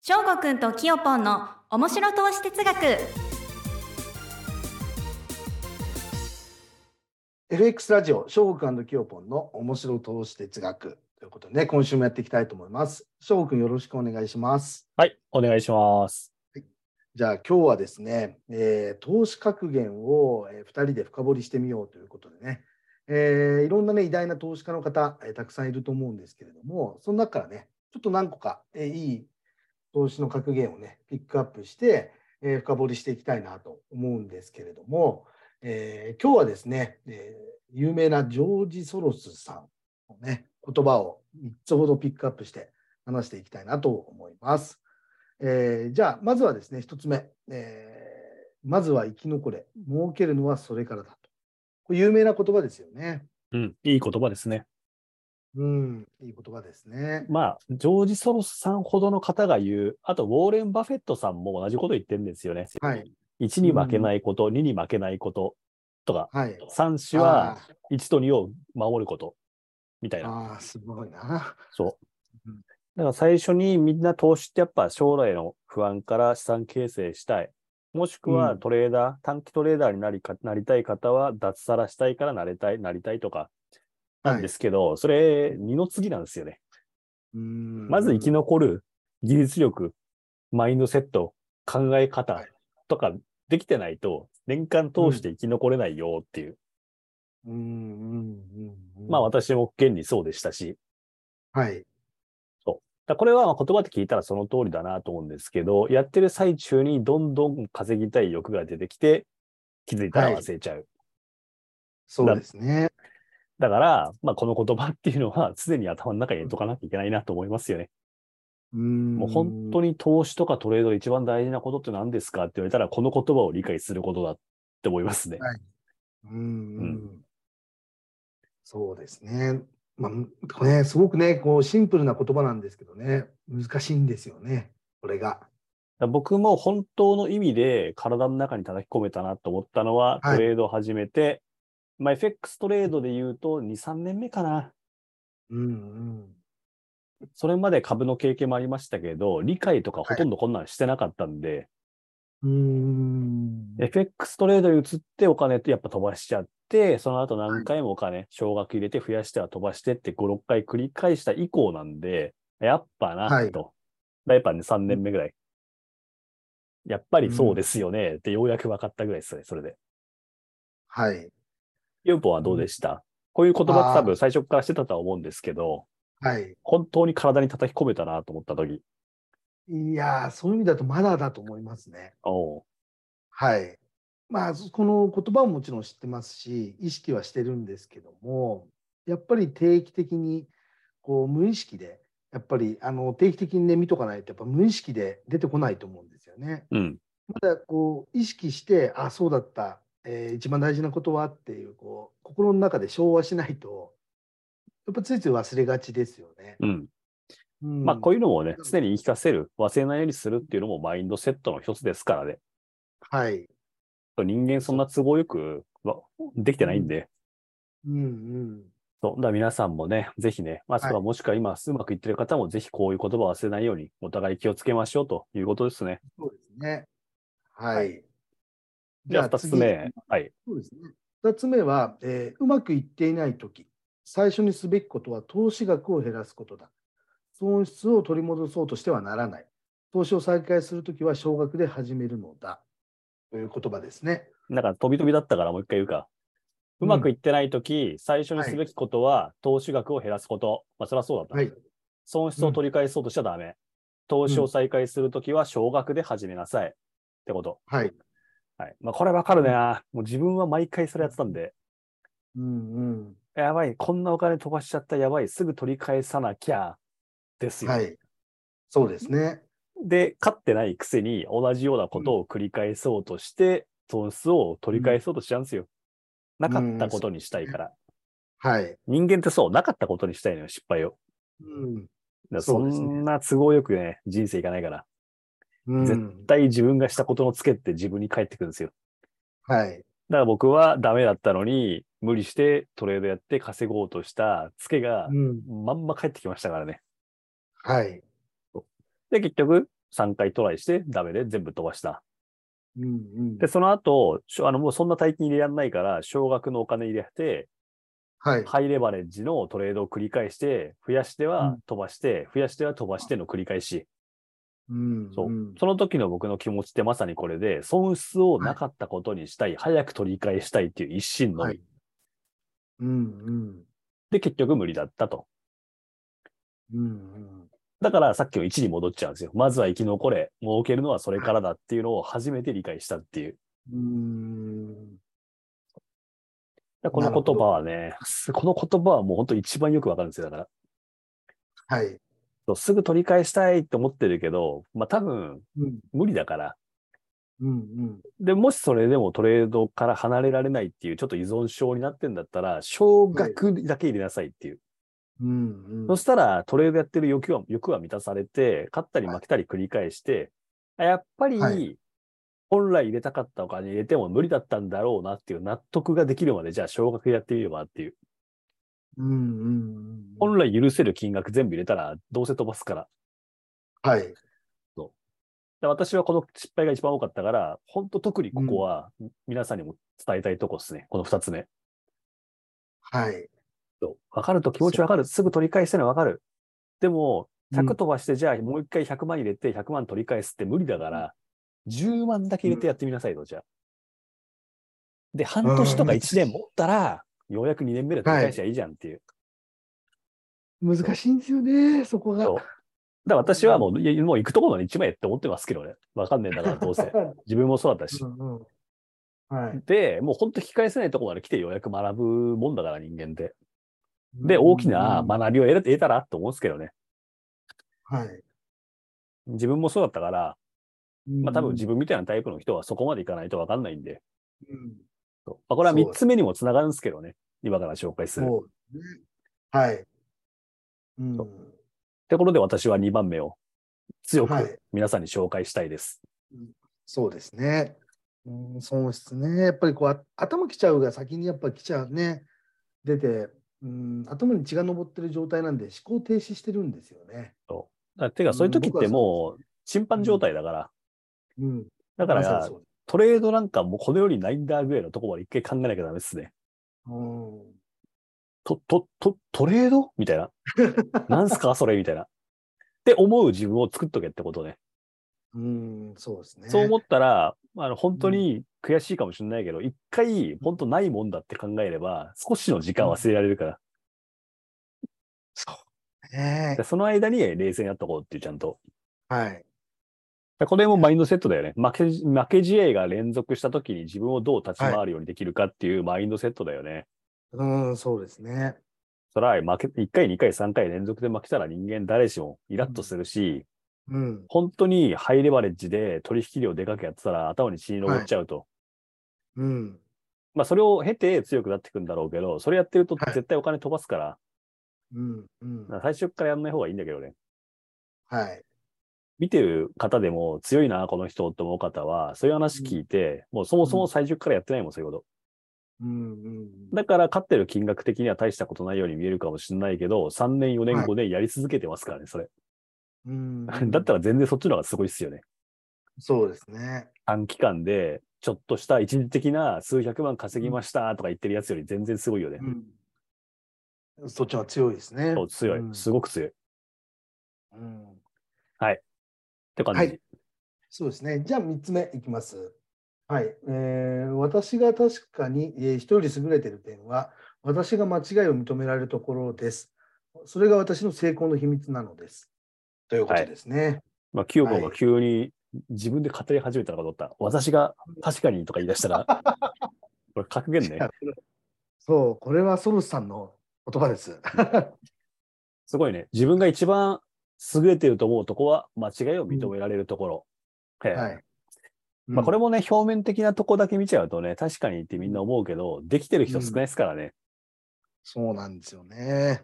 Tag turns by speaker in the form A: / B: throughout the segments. A: しょうごくんときよぽんの面白投資哲学
B: FX ラジオ、翔吾くんキヨポンの面白投資哲学ということでね、今週もやっていきたいと思います。翔吾くんよろしくお願いします。
C: はい、お願いします。
B: じゃあ今日はですね、えー投資格言を、え2人で深掘りしてみようということでね、えーいろんなね、偉大な投資家の方、えーたくさんいると思うんですけれども、その中からね、ちょっと何個か、えーいい投資の格言をね、ピックアップして、えー深掘りしていきたいなと思うんですけれども、えー今日はですね、えー有名なジョージ・ソロスさんのね、言葉を3つほどピックアップして話していきたいなと思います。えーじゃあ、まずはですね、1つ目、えーまずは生き残れ、儲けるのはそれからだと。これ有名な言葉ですよね。
C: うん、いい言葉ですね。
B: うん、いい言葉ですね。
C: まあ、ジョージ・ソロスさんほどの方が言う、あと、ウォーレン・バフェットさんも同じこと言ってるんですよね。
B: はい。
C: 1に負けないこと、2に負けないこととか、
B: はい。
C: 3種は1と2を守ることみたい
B: あー
C: な。
B: あー、すごいな。
C: そう
B: うん。
C: だから最初にみんな投資ってやっぱ将来の不安から資産形成したい。もしく
B: う
C: は
B: ん
C: トレーダー、短期トレーダーになりかなりたい方は脱サラしたいからなれたい、なりたいとかなんですけど、それ二の次なんですよね。ま
B: ま
C: ず生き残る技術力、マインドセット、考え
B: は
C: 方
B: い
C: とかできてないと、年間通して生き残れないよっていう、
B: うんうんうんうん
C: まあ私も現にそうでしたし、
B: はい。
C: だからこれはまあ言葉で聞いたらその通りだなと思うんですけど、やってる最中にどんどん稼ぎたい欲が出てきて、気づいたら忘れちゃう。
B: そうですね。
C: だから、まあ、この言葉っていうのは常に頭の中に入れとかなきゃいけないなと思いますよね。
B: も
C: もう本当に投資とかトレードで一番大事なことって何ですかって言われたら、この言葉を理解することだって思いますね。
B: はいうんう、
C: うん
B: そうですね。まあ、これね、すごくね、こうシンプルな言葉なんですけどね、難しいんですよね、これが。
C: だから僕も本当の意味で体の中に叩き込めたなと思ったのは、
B: はい
C: トレードを始めて、まあ、FX トレードで言うと2、3年目かな。
B: うん
C: それまで株の経験もありましたけど、理解とかほとんどこんなんしてなかったんで、
B: うん。うん。
C: FX トレードに移ってお金ってやっぱ飛ばしちゃって、その後何回もお金、少額入れて増やしては飛ばしてって5、6回繰り返した以降なんで、やっぱな、
B: はい
C: と。だやっぱね、3年目ぐらい。やっぱりそうですよね、ってようやく分かったぐらいですね、それで。
B: はい。
C: ユーポンはどうでした、こういう言葉って多
B: あー
C: 分最初からしてたとは思うんですけど、
B: はい。
C: 本当に体に叩き込めたなと思った時。
B: いやー、そういう意味だとまだだと思いますね。
C: おう
B: はい。まあ、そこの言葉ももちろん知ってますし、意識はしてるんですけども、やっぱり定期的に、こう、無意識で、やっぱり、あの、定期的にね、見とかないと、やっぱ無意識で出てこないと思うんですよね。
C: うん。
B: まだ、こう、意識して、あ、そうだった、えー一番大事なことはっていう、こう、心の中で昭和しないと、やっぱついつい忘れがちですよね。
C: うん。
B: うん、
C: まあ、こういうのもね
B: うん、
C: 常に言い聞かせる、忘れないようにするっていうのもマインドセットの一つですからね。
B: はい。
C: 人間そんな都合よくわできてないんで、
B: うんうん。
C: そうだから皆さんもね、ぜひね、まあ、そ
B: はい
C: こはもしくは今うまくいってる方も、ぜひこういう言葉を忘れないように、お互い気をつけましょうということですね。
B: そうですね。はい。
C: じゃあ、二つ目。はい。
B: そうですね。2つ目は、えーうまくいっていないとき、最初にすべきことは投資額を減らすことだ。損失を取り戻そうとしてはならない。投資を再開するときは少額で始めるのだ。という言葉ですね。
C: なんか、飛び飛びだったから、もう一回言うか。うまくいってないとき、最初にすべきことは、投資額を減らすこと。まあ、それはそうだった。
B: はい。
C: 損失を取り返そうとしちゃダメ。投資を再開するときは、少額で始めなさい。ってこと。
B: はい。
C: はい。まあ、これわかるね。もう自分は毎回それやってたんで。
B: うん
C: やばい、こんなお金飛ばしちゃった、やばい、すぐ取り返さなきゃ、です
B: うん。
C: よ。
B: はい。そうですね。
C: で、勝ってないくせに、同じようなことを繰り返そうとして、損失を取り返そうとしちゃうんですよ。なかったことにしたいから。
B: はい。
C: 人間ってそう、なかったことにしたいのよ、失敗を。
B: うん。
C: だから
B: そ
C: そう
B: ですね
C: んな都合よくね、人生いかないから。
B: うん
C: 絶対自分がしたことのつけって自分に返ってくるんですよ。
B: はい。
C: だから僕はダメだったのに、無理してトレードやって稼ごうとしたつけが
B: う、ん。
C: まんま返ってきましたからね。
B: はい。
C: で、結局、 3回トライしてダメで全部飛ばした。
B: うんうん
C: で、その後、しょあのもうそんな大金入れらんないから、少額のお金入れて、
B: はい。
C: ハイレバレッジのトレードを繰り返して、増やして
B: う
C: は
B: ん
C: 飛ばして、増やしては飛ばしての繰り返し。
B: うん
C: そう
B: うん
C: その時の僕の気持ちってまさにこれで、損失をなかったことにしたい、早く取り返したいっていう一心のみ、
B: はいうん
C: で、結局無理だったと。
B: うんうん
C: だからさっきの1に戻っちゃうんですよ。まずは生き残れ、儲けるのはそれからだっていうのを初めて理解したっていう。
B: うんうんな
C: だからこ
B: る
C: の
B: ほど
C: 言葉はね、すこの言葉はもう本当一番よくわかるんですよ。だから
B: はい。
C: そう、すぐ取り返したいと思ってるけど、まあ多分
B: うん
C: 無理だから。
B: うんうん
C: で、もしそれでもトレードから離れられないっていう、ちょっと依存症になってんだったら、少額だけ入れなさいっていう。
B: うんうん
C: そしたら、トレードやってる欲は欲は満たされて、勝ったり負けたり繰り返して、あやっぱり、
B: はい
C: 本来入れたかったお金入れても無理だったんだろうなっていう納得ができるまで、じゃあ少額やってみればっていう。
B: うんうんうんうん
C: 本来許せる金額全部入れたら、どうせ飛ばすから。
B: はい。
C: で私はこの失敗が一番多かったから、本当特にここは皆さんにも伝えたいとこですね。この二つ目。
B: はい。
C: そうわかると気持ちわかる。すぐ取り返してのわかる。でも、100飛ばして、じゃあもう一回100万入れて100万取り返すって無理だから、10万だけ入れてやってみなさいと、じゃあ。で、半年とか1年持ったら、ようやく2年目で取り返しゃいいじゃんっていう。
B: 難しいんですよね、そこが。。
C: そうだから私はもう、いやもう行くところまで一枚やって思ってますけどね。わかんねえんだから、どう せ
B: う
C: 自分もそうだったし。
B: んうんはい。
C: で、もう本当引き返せないところまで来てようやく学ぶもんだから人間で。で、大きな
B: うん
C: 学びを得ら得たらと思うんですけどね。
B: はい。
C: 自分もそうだったから、まあ多分自
B: 分。
C: 分みたいなタイプの人はそこまでいかないとわかんないんで。
B: うん
C: そうまあ、これは
B: そう
C: 3つ目にもつながるんですけどね。今から紹介する。
B: そうね。はい。うん。
C: ところで私は2番目を強
B: はい
C: く皆さんに紹介したいです。
B: そうですね。うん、損失ね。やっぱりこうあ頭きちゃうが先にやっぱ来ちゃうね。出て、うん、頭に血が上ってる状態なんで思考停止してるんですよね。
C: あてかそういう時っても
B: う
C: う審判状態だから、
B: うん。
C: だから、
B: まさにそうで
C: トレードなんかもうこの世にないんだぐらいのところまで一回考えなきゃダメですね。
B: すうん。
C: と、と、と、トレードみたい な。なんすかそれみたいな。って思う自分を作っとけってことね。
B: うん、そうですね。
C: そう思ったら、あの本当に悔しいかもしれないけど、一回、本当ないもんだって考えれば、少しの時間忘れられるから、
B: そうね
C: で。その間に冷静になっとこうっていう、ちゃんと。
B: はい。
C: でこれもマインドセットだよね。負け負け試合が連続した時に自分をどう立ち回るようにできるかっていうマインドセットだよね。
B: うん、そうですね。
C: そら、負け、1回、2回、3回連続で負けたら人間誰しもイラッとするし、
B: うん。
C: 本当にハイレバレッジで取引量でかくやってたら頭に血に上っちゃうと。
B: うん。
C: まあそれを経て強くなってくんだろうけど、それやってると
B: はい
C: 絶対お金飛ばすから、
B: うん。うん。
C: まあ最初からやんない方がいいんだけどね。
B: はい。
C: 見てる方でも強いな、この人って思う方は、そういう話聞いて、もうそもそも最初からやってないもん、そういうこ
B: うん。うん
C: と。。だから勝ってる金額的には大したことないように見えるかもしれないけど、3年、4年、
B: はい
C: 5年やり続けてますからね、それ。
B: うん。
C: だったら全然そっちの方がすごいっすよね。
B: そうですね。
C: 短期間で、ちょっとした一時的な数百万稼ぎましたとか言ってるやつより全然すごいよね。
B: うん。そっちは強いですね。
C: そう強い、
B: うん
C: すごく強い。っ
B: うん
C: て感じ。
B: はいそうですね。じゃあ3つ目いきます。はい。えー私が確かに、えー人より優れている点は、私が間違いを認められるところです。それが私の成功の秘密なのです。ということですね。
C: まあ、キヨコ
B: は
C: が
B: い
C: 急に自分で語り始めたのかと思った。私が確かにとか言い出したら、 これ格言ね。
B: そう、これはソルスさんの言葉です。
C: すごいね。自分が一番優れてると思うとこは、間違いを認められるところ。ええ
B: はい。
C: まあ、これ
B: も、
C: もね、表面的なとこだけ見ちゃうとね、確かにってみんな思うけど、できてる人少ないですからね。
B: そうなんですよね。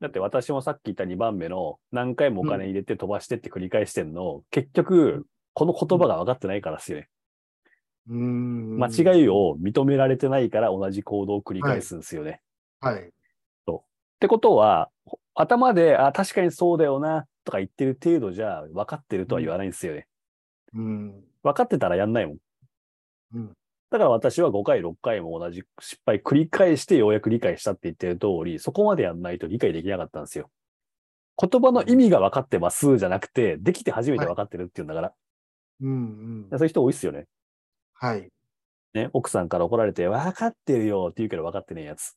C: だって私もさっき言った2番目の何回もお金入れて飛ばしてって繰り返してんの、結局、この言葉が分かってないからですよね。
B: うーん。
C: 間
B: い。
C: 違いを認められてないから同じ行動を繰り返すんですよね。っ
B: はい。
C: てことは、ほ頭で、あ、確かにそうだよな、とか言ってる程度じゃ分かってるとは言わないんですよね。
B: うん。
C: 分かってたらやんないもん。
B: うん
C: だから私は5回、6回も同じ失敗繰り返してようやく理解したって言ってる通り、そこまでやんないと理解できなかったんですよ。言葉の意味が分かってますじゃなくて、できて初めて分かってるっていうんだから、
B: うん。うん
C: そういう人多いっすよね。
B: はい。
C: ね、奥さんから怒られて、分かってるよって言うけど分かってねえやつ。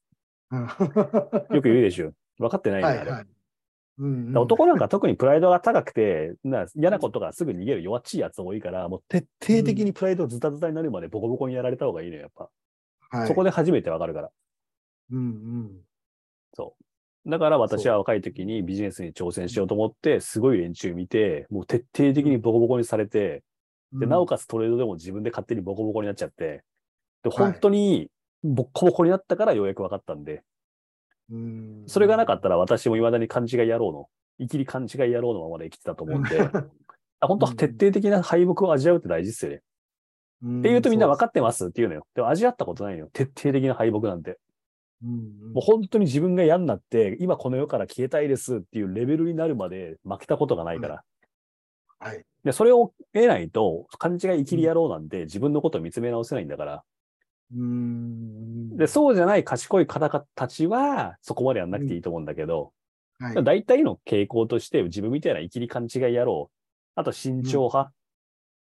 B: うん
C: よく言うでしょ。分かってないよ、
B: は
C: ね、
B: い
C: あれ。
B: はい。うんうん
C: 男なんか特にプライドが高くて、な嫌なことからすぐ逃げる弱っちいやつ多いから、もう徹底的にプライドズタズタになるまでボコボコにやられた方がいいのよ、やっぱ。
B: はい
C: そこで初めてわかるから。
B: うんうん。
C: だから私は若い時にビジネスに挑戦しようと思って、すごい連中見て、もう徹底的にボコボコにされて、で、なお
B: か
C: かつトレードでも自分で勝手にボコボコになっちゃって、で、
B: い
C: 本当にボッコボコになったからようやく分かったんで、
B: うん
C: それがなかったら私も未だに勘違い野郎の、生きり勘違い野郎のままで生きてたと思うんで、あ本当
B: うん
C: 徹底的な敗北を味わうって大事ですよね。って言うとみんな分かってますって言うのよ。でも味わったことないのよ。徹底的な敗北なんて。
B: うんうん
C: もう本当に自分が嫌になって、今この世から消えたいですっていうレベルになるまで負けたことがないから。
B: はい。
C: で、それを得ないと、勘違い生きり野郎なんで自分のことを見つめ直せないんだから。
B: うん
C: で、そうじゃない賢い方々たちは、そこまでやんなくていいと思うんだけど、
B: はい
C: 大体の傾向として、自分みたいな生きり勘違い野郎、あと慎重派、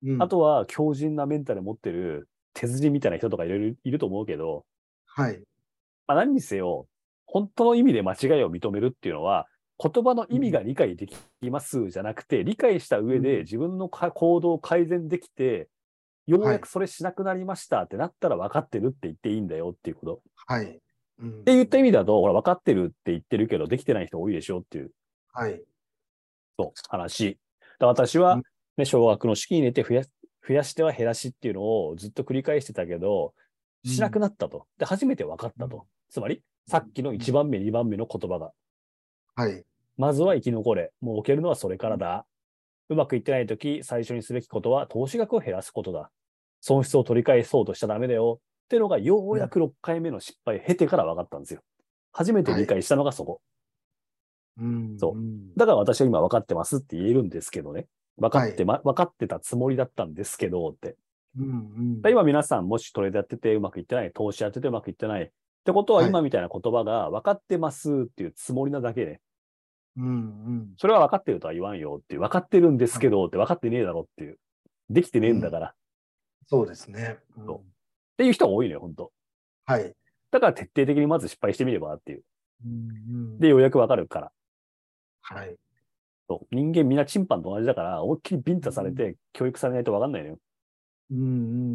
B: うん
C: あとは強靭なメンタル持ってる手筋みたいな人とかいろいろいると思うけど、
B: はい。
C: まあ、何にせよ、本当の意味で間違いを認めるっていうのは、言葉の意味が理解できますじゃなくて、理解した上
B: うん
C: で自分のか行動を改善できて、ようやくそれしなくなりましたってなったら分かってるって言っていいんだよっていうこと。っ
B: はい。って
C: 言った意味だと、ほら、分かってるって言ってるけど、できてない人多いでしょっていう
B: はい。
C: そう話。だ私は、
B: うん
C: ね、少額の資金入れて増や増やしては減らしっていうのをずっと繰り返してたけど、しなくなったと。で、初めて分かったと。
B: うん
C: つまり、さっきの1番目、2番目の言葉が。
B: はい。
C: まずは生き残れ。もう置けるのはそれからだ。うまくいってないとき、最初にすべきことは投資額を減らすことだ。損失を取り返そうとしちゃダメだよ。ってのが、ようやく6回目の失敗を経てから分かったんですよ。初めて理解したのがそこ。
B: うん
C: そうんだから私は今分かってますって言えるんですけどね。分かって、ま、分かってたつもりだったんですけどって。
B: うんうん
C: だから今皆さんもしトレードやっててうまくいってない、投資やっててうまくいってない。ってことは
B: はい
C: 今みたいな言葉が分かってますっていうつもりなだけで、
B: うんうん
C: それは分かってるとは言わんよっていう、分かってるんですけどって分かってねえだろっていう。できてねえんだから。っ
B: そうですね。うん
C: そうていう人が多いのよ、本当
B: はい。
C: だから徹底的にまず失敗してみればっていう。
B: うんうん
C: で、ようやく分かるから。
B: はい。
C: そう人間みんなチンパンと同じだから、思いっきりビンタされて教育されないと分かんないのよ。
B: うんう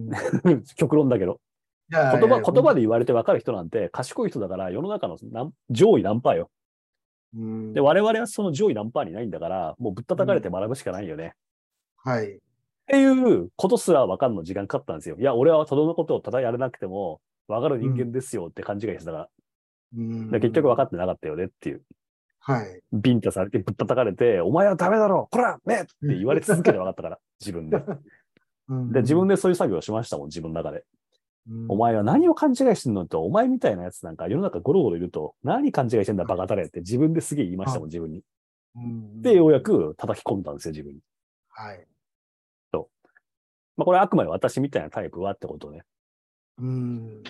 B: ん。言
C: 極論だけど。言葉、言葉で言われて分かる人なんて、賢い人だから、世の中の何上位何パーよ。
B: で
C: で、我々はその上位何パーにないんだから、もうぶったたかれて学ぶしかないよね。
B: はい。
C: っていうことすら分かるの時間かかったんですよ。いや、俺はとどのことをただやれなくても、分かる人間ですよって勘違いしてたから、
B: うん
C: で結局分かってなかったよねっていう。
B: はい。
C: ビンタされてぶったたかれて、お前はダメだろこらめって言われ続けて分かったから、自分で。で、自分
B: で、
C: でそういう作業をしましたもん、自分の中で。
B: うん
C: お前は何を勘違いしてんのと、お前みたいなやつなんか世の中ゴロゴロいると、何勘違いしてんだバカタレって自分ですげえ言いましたもん、自分に。
B: うん
C: で、ようや。く叩き込んだんですよ、自分に。
B: はい。
C: まあこれはあくまで私みたいなタイプはってことね。
B: うん。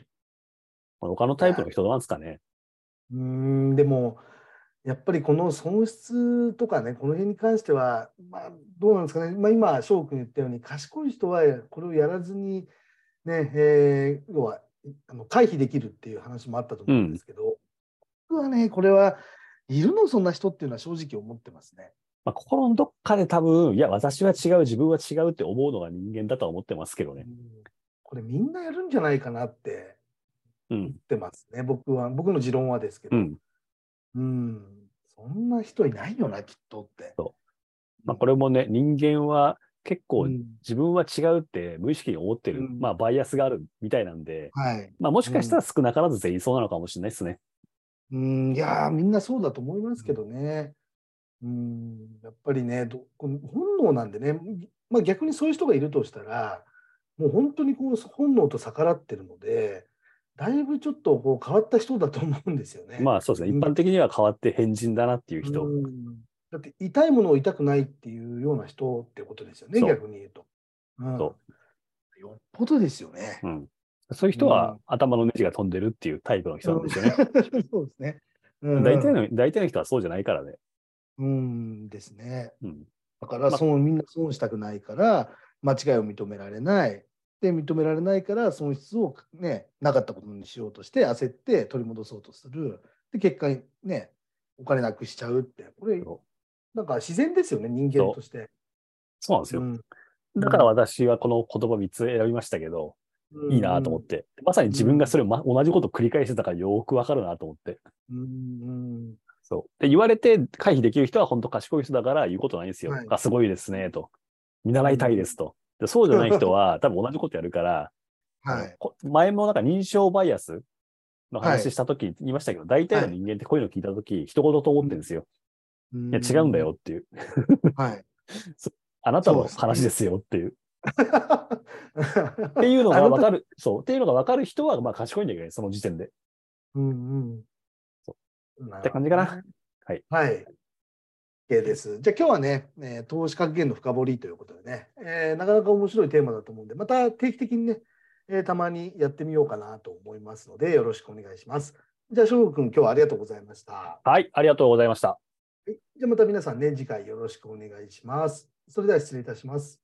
C: これ他のタイプの人なんですかね。
B: うーん、でも、やっぱりこの損失とかね、この辺に関しては、まあ、どうなんですかね、まあ、今、翔くん言ったように、賢い人はこれをやらずに、ね、えー要はあの回避できるっていう話もあったと思うんですけど、僕はね、これは、いるの、そんな人っていうのは正直思ってますね。
C: まあ心のどっかで多分、いや、私は違う、自分は違うって思うのが人間だとは思ってますけど
B: う
C: ね
B: ん。これ、みんなやるんじゃないかなって
C: うん
B: 言っ。てますね、僕は、僕の持論はですけ
C: う
B: ど、
C: ん。
B: うん、そんな人いないよな、きっとって。
C: まあこれもね、人間は結構
B: うん
C: 自分は違うって無意識に思ってる、
B: うん
C: まあバイアスがあるみたいなんで、
B: はい
C: まあもしかしたら少なからず全員そうなのかもしれないですね。
B: うん、いやー、みんなそうだと思いますけどね。うん、やっぱりね、どこの本能なんでね、まあ、逆にそういう人がいるとしたら、もう本当にこう本能と逆らってるので、だいぶちょっとこう変わった人だと思うんですよね。
C: まあそうですね。一般的には変わって変人だなっていう人。
B: うんだって痛いものを痛くないっていうような人ってことですよね、
C: そう
B: 逆に言うと。うん、
C: そ
B: よっぽどですよね。
C: うん。そういう人
B: う
C: は
B: ん
C: 頭のネジが飛んでるっていうタイプの人なんですよね。
B: そうですね。うん
C: 大体の、大体の人はそうじゃないからね。
B: うんですね。
C: うん。
B: だから、
C: まあ
B: 損みんな損したくないから、間違いを認められない。で、認められないから、損失を、ね、なかったことにしようとして、焦って取り戻そうとする。で、結果、ね、お金なくしちゃうって、これ
C: そ、
B: なんか自然ですよね、人間として。
C: そうなんです
B: う
C: よ。
B: ん
C: だから私はこの言葉3つ選びましたけど、いいなと思っ。て。まさに自分がそれを、ま、同じことを繰り返してたからよーくわかるなと思って。
B: うんうん
C: そう。で、言われて回避できる人は本当賢い人だから言うことないんですよ。
B: はい
C: あ、すごいですね、と。見習いたいですと。でそうじゃない人は多分同じことやるから、
B: はい。
C: こ前もなんか認証バイアスの
B: はい
C: 話したとき言いましたけど、大体の人間ってこういうの聞いたとき、一言と思ってるんですよ。
B: い
C: いや、違うんだ。よっていう。
B: はい。
C: あなた
B: そう
C: の
B: ですね
C: 話ですよってい
B: っ
C: う。っていうのが分
B: る。
C: かる、そう。っていうのが分かる人は、まあ、賢いんだけどね、その時点で。
B: うんうん。
C: そ
B: っ
C: って感じかな。はい。
B: はい。OK です。じゃあ今日はね、えー投資格言の深掘りということでね、えーなかなか面白いテーマだと思うんで、また定期的にね、えーたまにやってみようかなと思いますので、よろしくお願いします。じゃあ、翔くん、今日はありがとうございました。は
C: はい、ありがとうございました。
B: いじゃあまた皆さんね、次回よろしくお願いします。それでは失礼いたします。